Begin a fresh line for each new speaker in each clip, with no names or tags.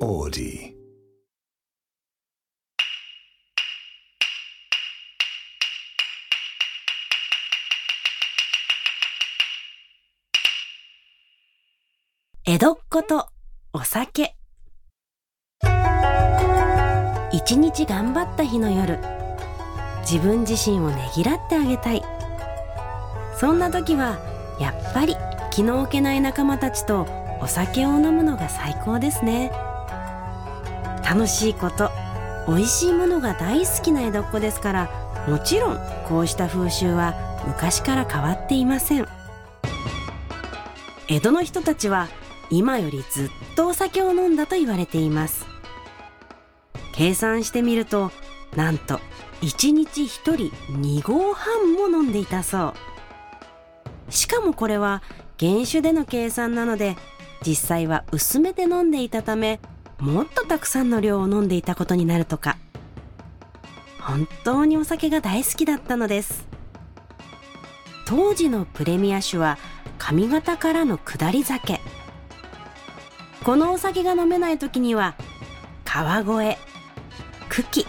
Audi.
江戸っ子とお酒一日頑張った日の夜自分自身をねぎらってあげたいそんな時はやっぱり気の置けない仲間たちとお酒を飲むのが最高ですね楽しいこと美味しいものが大好きな江戸っ子ですからもちろんこうした風習は昔から変わっていません江戸の人たちは今よりずっとお酒を飲んだと言われています計算してみるとなんと1日1人2合半も飲んでいたそうしかもこれは原酒での計算なので実際は薄めて飲んでいたためもっとたくさんの量を飲んでいたことになるとか本当にお酒が大好きだったのです当時のプレミア酒は上方からの下り酒このお酒が飲めない時には川越茎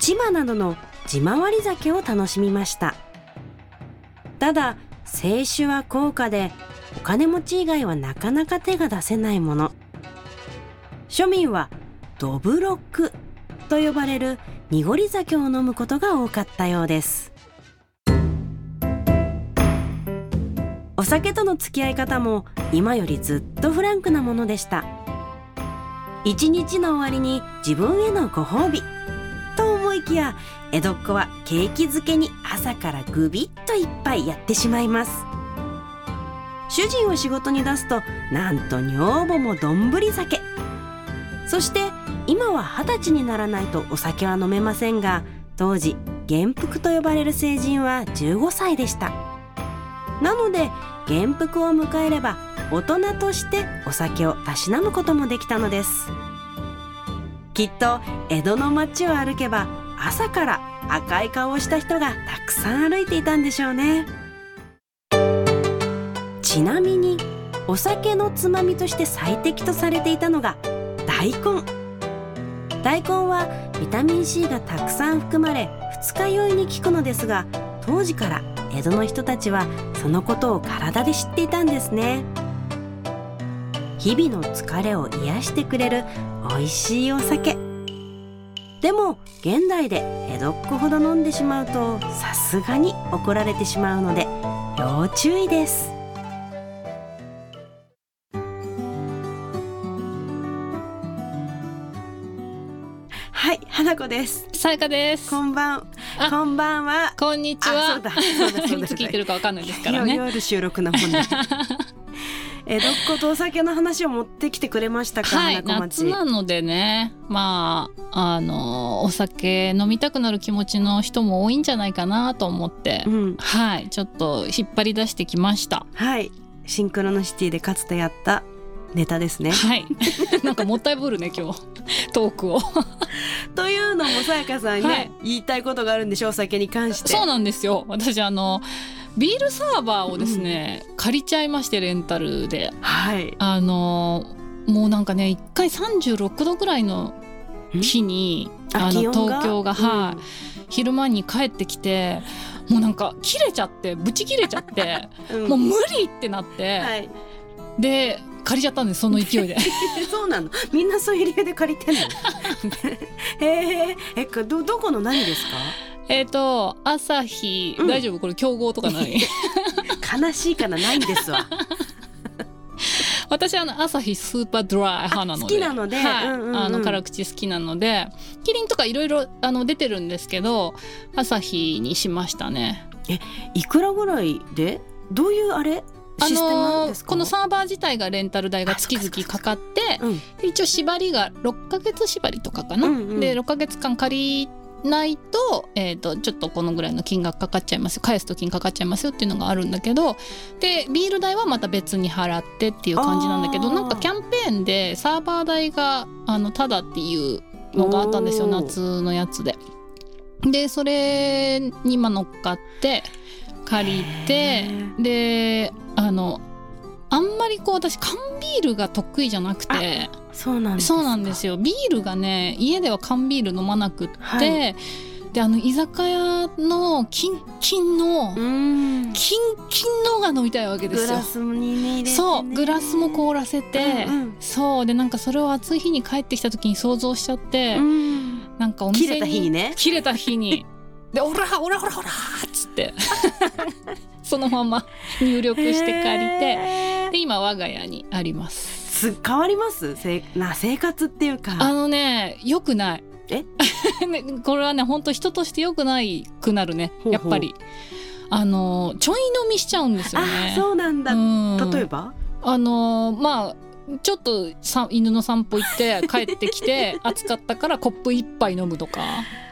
千葉などの地回り酒を楽しみましたただ清酒は高価でお金持ち以外はなかなか手が出せないもの庶民はドブロックと呼ばれる濁り酒を飲むことが多かったようですお酒との付き合い方も今よりずっとフランクなものでした一日の終わりに自分へのご褒美と思いきや江戸っ子は景気づけに朝からグビッと一杯やってしまいます主人を仕事に出すとなんと女房も丼酒そして今は二十歳にならないとお酒は飲めませんが当時元服と呼ばれる成人は15歳でしたなので元服を迎えれば大人としてお酒をたしなむこともできたのですきっと江戸の街を歩けば朝から赤い顔をした人がたくさん歩いていたんでしょうねちなみにお酒のつまみとして最適とされていたのが大根大根はビタミン C がたくさん含まれ二日酔いに効くのですが当時から江戸の人たちはそのことを体で知っていたんですね日々の疲れを癒してくれる美味しいお酒でも現代で江戸っ子ほど飲んでしまうとさすがに怒られてしまうので要注意ですはい花子です
さやかです。
こんばん
あ
こんばんは
こんにち
あ
は。
そうだそうだそうだ
いつ聞いてるかわかんないですから
いや
ね。
夜収録なもん で江戸っ子とお酒の話を持ってきてくれましたか、
はい、
花子
夏
町
なのでね、まあ、あの、お酒飲みたくなる気持ちの人も多いんじゃないかなと思って
う、ん
はい、ちょっと引っ張り出してきました。
はいシンクロノシティでかつてやったネタですね
はい。 なんかもったいぶるね、今 日、トークを。
というのもさやかさんに、ね
はい
言いたいことがあるんでしょお酒に関して
そうなんですよ。私、あの、ビールサーバーをですね、借りちゃいまして、レンタルで。
はい
あのもうなんかね一回36度ぐらいの日に
あ
あの
気温が
東京が、はい昼間に帰ってきてもうなんか切れちゃってブチ切れちゃって
うん
もう無理ってなって、
はい
で借りちゃったんですその勢いで
そうなのみんなそういう理由で借りてんのへええかどどこの何です
えっと朝日、
うん
大丈夫これ競合とか ない
か 悲しいかなないんですわ
私あの朝日スーパードライ派なので
好きなので
はい
うんうんうん
あの辛口好きなのでキリンとかいろいろあの出てるんですけど朝日にしましたね
いくらぐらいでどういうあれシステムなんですか、
このサーバー自体がレンタル代が月々かかって
うん
で一応縛りが6ヶ月縛りとかかな、
うんうん
で6ヶ月間借りないと,、えー、とちょっとこのぐらいの金額かかっちゃいますよ返すと金かかっちゃいますよっていうのがあるんだけどでビール代はまた別に払ってっていう感じなんだけ
あ
ど
ー
なんかキャンペーンでサーバー代があのただっていうのがあったんですよ
おー
夏のやつで。でそれにまあ乗っかって借りて
へ
であのあんままりこう私缶ビールが得意じゃなくて
そうなんですか
そうなんですよビールがね家では缶ビール飲まなくって、
はい
であの居酒屋のキンキンの、
うーん
キンキンのが飲みたいわけで
グ
すよ
ラスにね入れてね
そうグラスも凍らせて、
うん
そうでなんかそれを暑い日に帰ってきた時に想像しちゃって、
うんうん
なんかお店
切
に
れた日にね
切れた 日にで「オラオラオラオラ」っつって そのまま入力して借りて
へー
で今我が家にあります
す変わりますせな生活っていう
あ
か
のね良くない
え
ねこれはね本当人として良くないくなるね
ほうほう
やっぱりあのちょい飲みしちゃうんですよね
あそうなんだ、
うん
例えば
あのーまあちょっとさ犬の散歩 行って帰ってきて暑かったからコップ一杯飲むとか、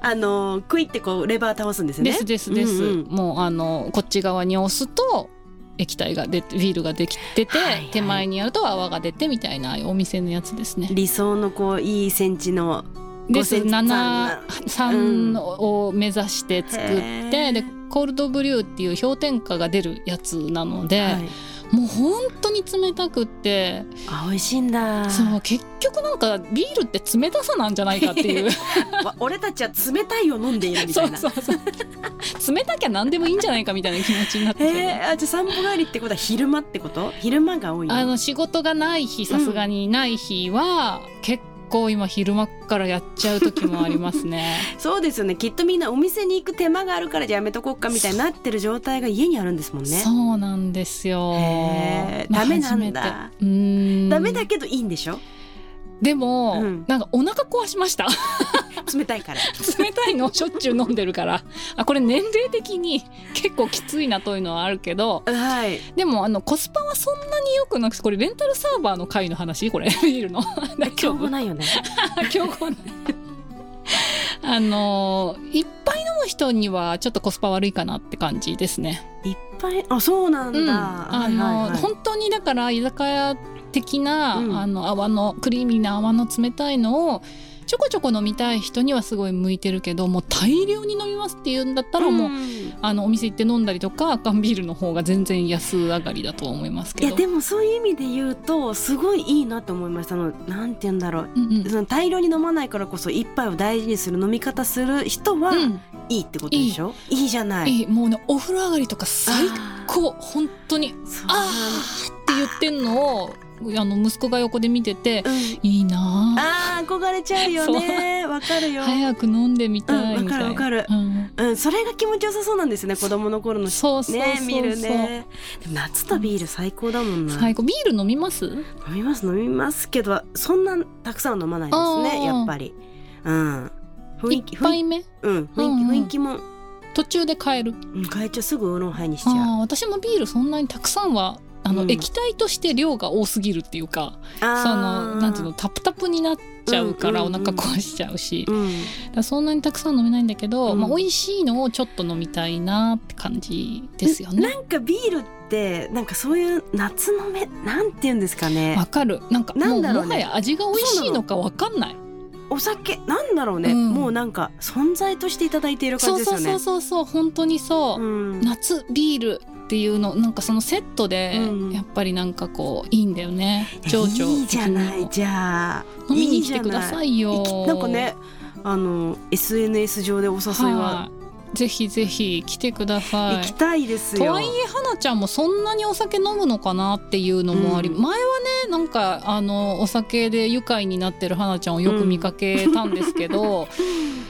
あのクイってこうレバー倒すんですよね
ですですです、
うんうん
もうあのこっち側に押すと液体が出てビールができてて、
はいはい
手前にやると泡が出てみたいなお店のやつですね。
理想のこういいセンチの
で
5センチうん
73を目指して作って、
へー
でコールドブリューっていう氷点下が出るやつなので、
はい、
もう本当に冷たくって
あ美味しいんだ
そう結局なんかビールって冷たさなんじゃないかっていう
わ俺たちは冷たいを飲んでいる みた
そ
いうな
そうそう冷たきゃ何でもいいんじゃないかみたいな気持ちになって
へ
しまう
えあじゃあ散歩帰りってことは昼間ってこと昼間が多いの
あの仕事がない日さすがにない日は、結構今昼間からやっちゃう時もありますね
そうですよねきっとみんなお店に行く手間があるからじゃあやめとこうかみたいになってる状態が家にあるんですもん ね
そうなんですよ
へー
まあ
ダメな
初め
ん
て
だ
うーん
ダメだけどいいんでしょ
でも、
うん
なんかお腹壊しました
冷たいから
冷たいのをしょっちゅう飲んでるからあこれ年齢的に結構きついなというのはあるけど
はい
でもあのコスパはそんなによくなくてこれレンタルサーバーの回の話これビールの
今
大丈
日
夫
もないよね
強豪なあのーいっぱい飲む人にはちょっとコスパ悪いかなって感じですね。
いっぱいあそうなんだ、
うん、
は
あ
い
のー、
はいはい
本当にだから居酒屋的な、
うん
あの泡のクリーミーな泡の冷たいのをちょこちょこ飲みたい人にはすごい向いてるけどもう大量に飲みますっていうんだったらもう、
ん
あのお店行って飲んだりとか缶ビールの方が全然安上がりだとは思います
い
け
や
ど。
でもそういう意味で言うとすごいいいなと思いましたあのなんて言うんだろう
うんうん
その大量に飲まないからこそ一杯を大事にする飲み方する人は
うん
いいってことでしょ、いいじゃない
いいもうねお風呂上がりとか最
あー
高本当に
そうなん
あーって言ってんのをあの息子が横で見てて
うん
いいな
あー憧れちゃうよねわかる
ー
よ、
早く飲んでみたい
うん
みたいな、
わかるわか
うん
うん、それが気持ちよさそうなんですね子供の頃の
そうそうそう
ね
そう、
見るねでも夏とビール最高だもんな、
最後ビール飲みます
飲みます飲みますけどそんなたくさんは飲まないですね
あー
やっぱりうん雰囲気雰
一
囲
杯
気
目
うん雰囲気,、
うんうん
雰囲気も
途中で変える
うん変えちゃうすぐウーロンハイにしちゃう
あー私もビールそんなにたくさんはあの、
うん
液体として量が多すぎるっていうかそのなんつうの、タプタプになっちゃうから
う
お
んうんうん
腹壊しちゃうし、
うん、
だからそんなにたくさん飲めないんだけど、
うん
まあ、美味しいのをちょっと飲みたいなって感じですよね。
なんかビールってなんかそういう夏のめなんて言うんですかね
わかるなんか
な
も
ん
う
だろう
も
ね
はや味が美味しいのかわかんない
お酒なんだろうね、
うん
もうなんか存在としていただいている感
そ
じ
う
です
そ
よね
うそうそうそう本当にそう、
うん、
夏ビールっていうのなんかそのセットで
うん
やっぱりなんかこういいんだよね情緒的にも
いいじゃないじゃあ
飲みに来てくださいよ
いきなんかねあの SNS 上でお誘いは
はいぜひぜひ来てくだ
行
さい
きたいです
と
よ、
はいえ花ちゃんもそんなにお酒飲むのかなっていうのもあり、
うん
前はねなんかあのお酒で愉快になってる花ちゃんをよく見かけたんですけど、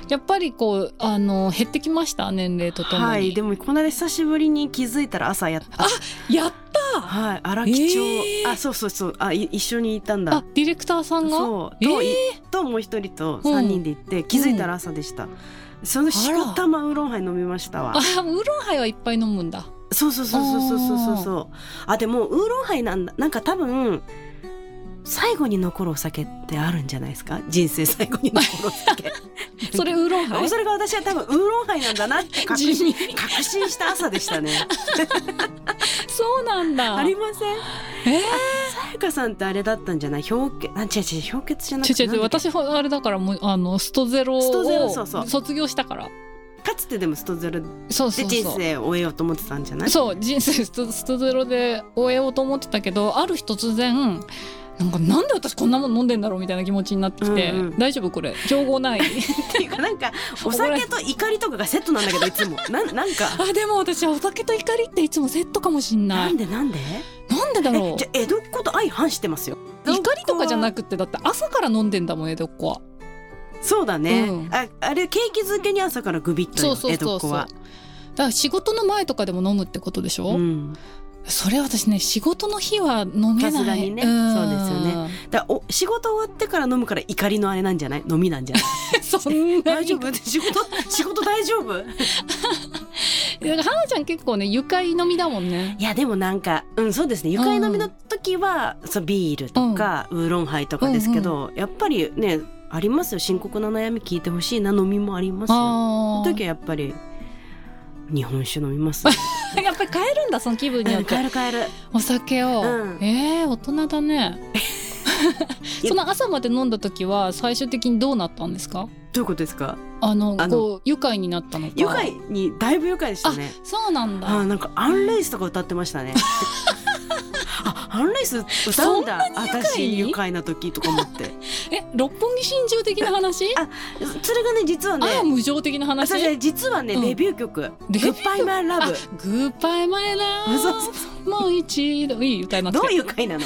やっぱりこうあの減ってきました年齢とともに、
はいでもこの間久しぶりに気づいたら朝やった
やっ
はい荒木町、
えー
あそうそうそうあい一緒にいたん
た
だ
ディレクターさんが
そうと,い、
え
ともう一人と三人で行って、気づいたら朝でした、そのしこたまウーロンハイ飲みましたわ
あウーロンハイはいっぱい飲むんだ
そうそうそうそうそうそうそうそうあでもウーロンハイなんだなんか多分最後に残るお酒ってあるんじゃないですか人生最後に残るお酒
それウーロンハ イ
それが私は多分ウーロンハイなんだなって確
地
信
味
確信した朝でしたね
そうなん だ
ありません
え
さやかさんってあれだったんじゃない氷結あ違う違う氷結じゃなく
ち
て
ょちょちょ
なんだっけ
私はあれだからもうあのストゼロ
ストゼロそうそ
を
う
卒業したから
かつてでもストゼロで
そうそう
人
そう
生を終えようと思ってたんじゃない
そう人生ストストゼロで終えようと思ってたけどある日突然なんかなんで私こんなもの飲んでんだろうみたいな気持ちになってきて、
うんうん
大丈夫これ情 報ない
っていうかなん かお酒と怒りとかがセットなんだけどいつもななんか
あでも私お酒と怒りっていつもセットかもしん な
ないんでなんで
なんでだろ
え
う
じゃあ江戸っ子と相反してますよ
怒りとかじゃな
く
くてだって朝から飲んでんだもん江戸っ子は
そうだね、
うん
ああれ景気づけに朝からグビッと
そ
よ
うそう
江戸
そ
っ
うそ
子
う
は
だから仕事の前とかでも飲むってことでしょ、
うん、
それ私ね仕事の日は飲めない
さすがにねそうですよねだお仕事終わってから飲むから怒りのあれなんじゃない飲みなんじゃ ない
すよねそんなに
大丈夫仕事仕事大丈夫
だから花ちゃん結構ね愉快飲みだもんね
いやでもなんかうんそうですね愉快飲みの時は、そうビールとか、ウーロンハイとかですけど、やっぱりねありますよ深刻な悩み聞いてほしいな飲みもありますよ
あ
その時はやっぱり日本酒飲み ます、ね、
あやっぱり変えるんだその気分によっ
帰
て
る帰る
お酒を、
うん
えー、大人だ ね
いや
その朝まで飲んだ時は最終的にどうなったんですか
どういうことですか
あの
あの
こう愉快になったのか
愉快にだいぶ愉快でしたね
そうなんだ
あーなんかアンレイスとか歌ってま したねあアンレイス歌うんだ私愉快な時とか思って
え六本木真珠的 な話
あ それがね実は
ああ
ね
無情的な
あ
話
そうそう実はね、
うん
デビュー曲「
デビュー曲
Goodbye My
あ
Love
グッバイマイラ」
そうそうそ
ーもう一度いい歌にな
う
って
どういう回 なの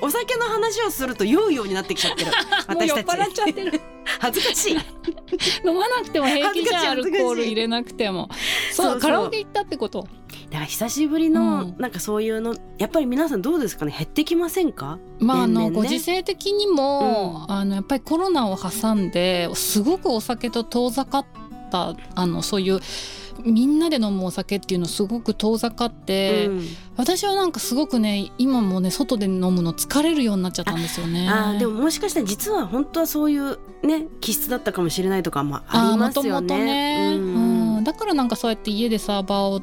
お酒の話をすると酔うようになってきちゃってる
もう
私
酔った
ち
払っちゃって る
恥ずかしい
飲まなくても平気じゃんア
恥
ル
ず
コ
かしい
ール入れなくてもそう
そうそう
カラオケ行ったってこと
だから久しぶりの、
うん
なんかそういうのやっぱり皆さんどうですかね減ってきませんか
まあ、あ
年々
の
ね
ご時世的にも、あのやっぱりコロナを挟んですごくお酒と遠ざかったあのそういうみんなで飲むお酒っていうのすごく遠ざかって、
うん
私はなんかすごくね今もね外で飲むの疲れるようになっちゃったんですよね。
あーでももしかしたら実は本当はそういうね気質だったかもしれないとかもあ
あー
り
も
ます
と
よ
もと
ね。
ね、
う
うん
ん
だからなんかそうやって家でサーバーを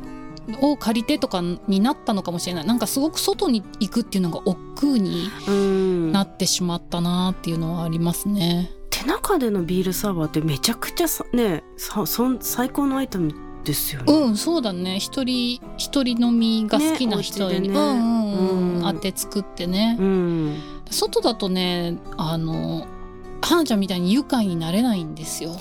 を借りてとかになったのかもしれないなんかすごく外に行くっていうのが億劫に
うん
なってしまったなっていうのはありますね。
手中でのビールサーバーってめちゃくちゃさねさそん最高のアイテムですよね。
うん、そうだね。一人一人飲みが好きな人
ねお家で
に、
ね
うんうんうん、
うん
当て作ってね。
うん
外だとね、あの花ちゃんみたいに愉快になれないんですよ。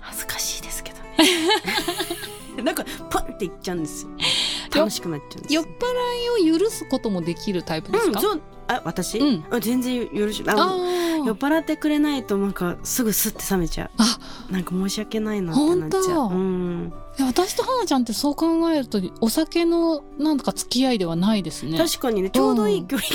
恥ずかしいですけど ね。なんかパンっていっちゃうんですよ。楽しくなっちゃうんです
酔っ
よ。
払いを許すこともできるタイプです
うん
か？
そうあ私、
うん
あ全然よろしい。あ
あ
の酔っ
ー
払ってくれないとなんかすぐスッて冷めちゃ
あ
う。なんか申し訳ないなってなっちゃう。
本当
うん
私と花ちゃんってそう考えるとお酒のなんか付き合いではないですね。
確かにねちょうどいい距離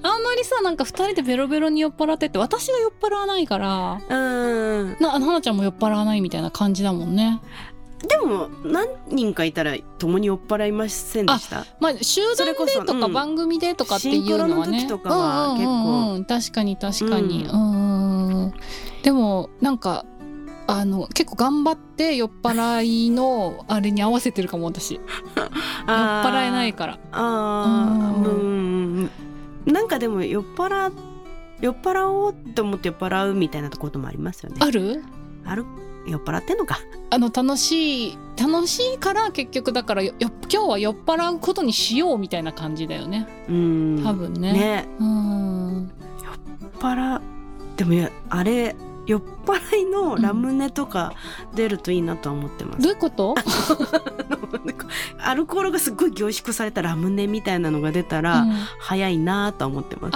感、
あんまりさなんか二人でベロベロに酔っ払ってって私が酔っ払わないから。
うん、
な花ちゃんも酔っ払わないみたいな感じだもんね。
でも何人かいたら共に酔っ払いませんでした
まあ、集
そ
団
れこそ
でと
う
か
ん
番組でとかっていうのはね、
シンクロの時とかは結構
うんうんうんうん確かに確かに、
う
うんんうんうん、でもなんかあの結構頑張って酔っ払いのあれに合わせてるかも私酔っ
酔っ
払えないから
あー
う
うんなんかでも酔っ払酔っ払おうって思って酔っ払うみたいなこともありますよね
ある
ある酔っ払ってんのか
あの楽しい楽しいから結局だからよよ今日は酔っ払うことにしようみたいな感じだよね
うん
多分ね,、
ね
うん
酔っ払でもいやあれ酔っ払いのラムネとか出るといいなとは思ってます、
どういうこと
なんかアルコールがすっごい凝縮されたラムネみたいなのが出たら、
うん
早いなぁとは思ってま
いっ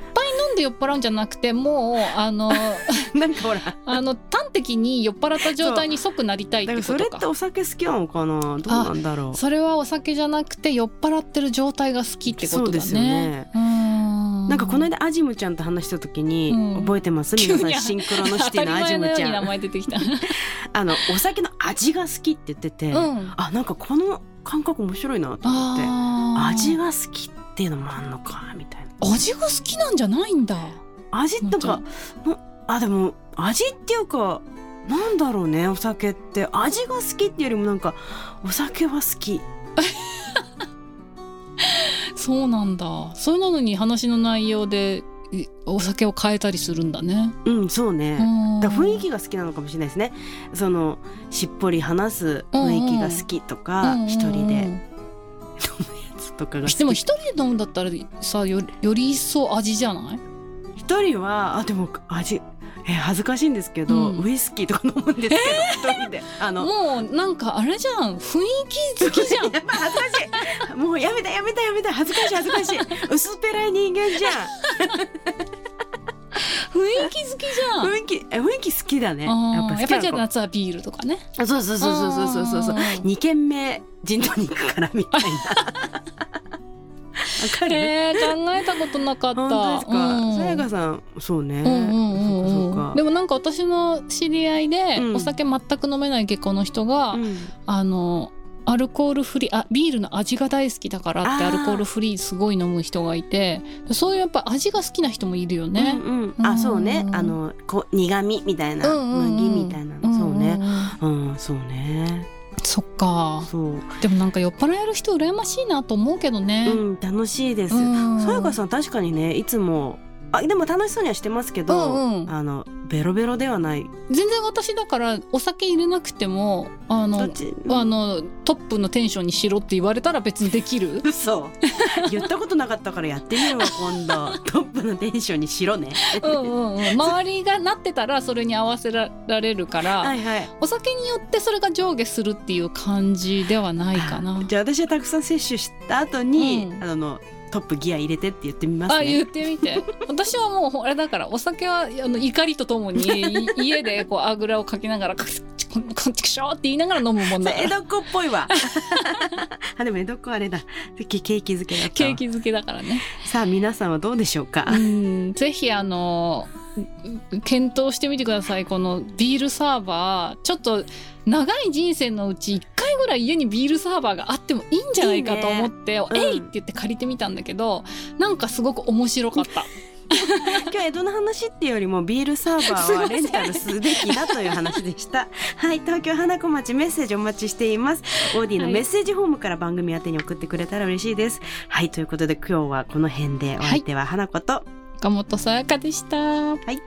ぱい飲んで酔っ払うんじゃなくて もうあの
す。 なんかほら、
あの端的に酔っ払った状態に即なりたいっ
だ
て
か
こ
ら
と
それって
か。
お酒好きなのかなどうなんだろう。
それはお酒じゃなくて酔っ払ってる状態が好きってこ
そ
と
う
だ
で
ね。
すよね。
うん
なんかこの間アジムちゃんと話した時に、
うん
覚えてます
急
皆
に
さんシンクロのシティのアジム
当たり前の
ち
ように
ゃ
名
ん
前出てき た。
あのお酒の味が好きって言ってて、
うん。
あなんかこの感覚面白いなと思って
あー
味。が好きっていうのもあんのかみたいな
味が好きなんじゃないんだ。
味なんか
本
あでも味っていうかなんだろうねお酒って味が好きっていうよりもなんかお酒は好き
そうなんだ。そういうのに話の内容でいお酒を変えたりするんだね。
うんそうね、
うん
だから雰囲気が好きなのかもしれないですねそのしっぽり話す雰囲気が好きとか
うんうんうん
一、人で飲むやつとかが好き
でも一人で飲むんだったらさよより一層味じゃない
一人はあでも味え恥ずかしいんですけど、
うん
ウイスキーとか飲むんですけど、一人であの
もうなんかあれじゃん雰囲気好き じゃん
やっぱ恥ずかしいもうやめたやめたやめた恥ずかしい恥ずかしい薄っぺらい人間じゃ
雰囲気好きじゃ
ん
ん
雰囲気え雰囲気好きだねや
あ
っぱ
ーや
好
っ
き
ぱ
な
りじゃあ
子
夏はビールとかね
あそうそうそうそうそうそうそう
あー
二軒目ジントニックからみたいなわかる、
えー、考えたことなかった
本当です
う
か
ん
さやかさんそうね、
うんうんう
そうんか
うん、でもなんか私の知り合いで、
うん
お酒全く飲めない結婚の人が、
そうか、うん
あのアルコールフリーあビールの味が大好きだからって
あー
アルコールフリーすごい飲む人がいてそういうやっぱ味が好きな人もいるよね。
うんうん
うん
あそうねあのこう苦味みたいな、
うんうんうん
麦みたいなの、そうね
んんん
うんそうね
そっか
そう、
でもなんか酔っ払える人羨ましいなと思うけどね。
うん楽しいです
うん
さやかさん確かにねいつもあでも楽しそうにはしてますけど、
うんうん
あのベロベロではない
全然私だからお酒入れなくてもあ
どっ
の
ち
あのトップのテンションにしろって言われたら別にできる
嘘 言ったことなかったからやってみるわ今 度トップのテンションにしろね
うんうん、うん、周りがなってたらそれに合わせられるから、
はいはい
お酒によってそれが上下するっていう感じではないかな
あ。じゃあ私はたくさん摂取した後に、
うん
あのトップギア入れてって言ってみますね
あ言ってみて私はもうほあれだからお酒はあの怒りとともにい家でこうあぐらをかきながら「こんちくしょう」って言いながら飲むもん
そ
だ
う
か
江
ら
戸っ子っぽいわ あでも江戸っ子あれだケケーキ漬けだった
ケー
わ
キ漬けだからね。
さあ皆さんはどうでしょう か、
うんぜひあの検討してみてくださいこのビールサーバーちょっと長い人生のうち1回ぐらい家にビールサーバーがあってもいいんじゃないかと思って「
うん
えい!」って言って借りてみたんだけどなんかすごく面白かった。
今日は江戸の話っていうよりもビールサーバーはレンタルすべきだという話で したはい東京花子町メッセージお待ちしていますオーディのメッセージホームから番組宛てに送ってくれたら嬉しいですはいということで今日はこの辺でお相手は花子と、
岡本さやかでした。はい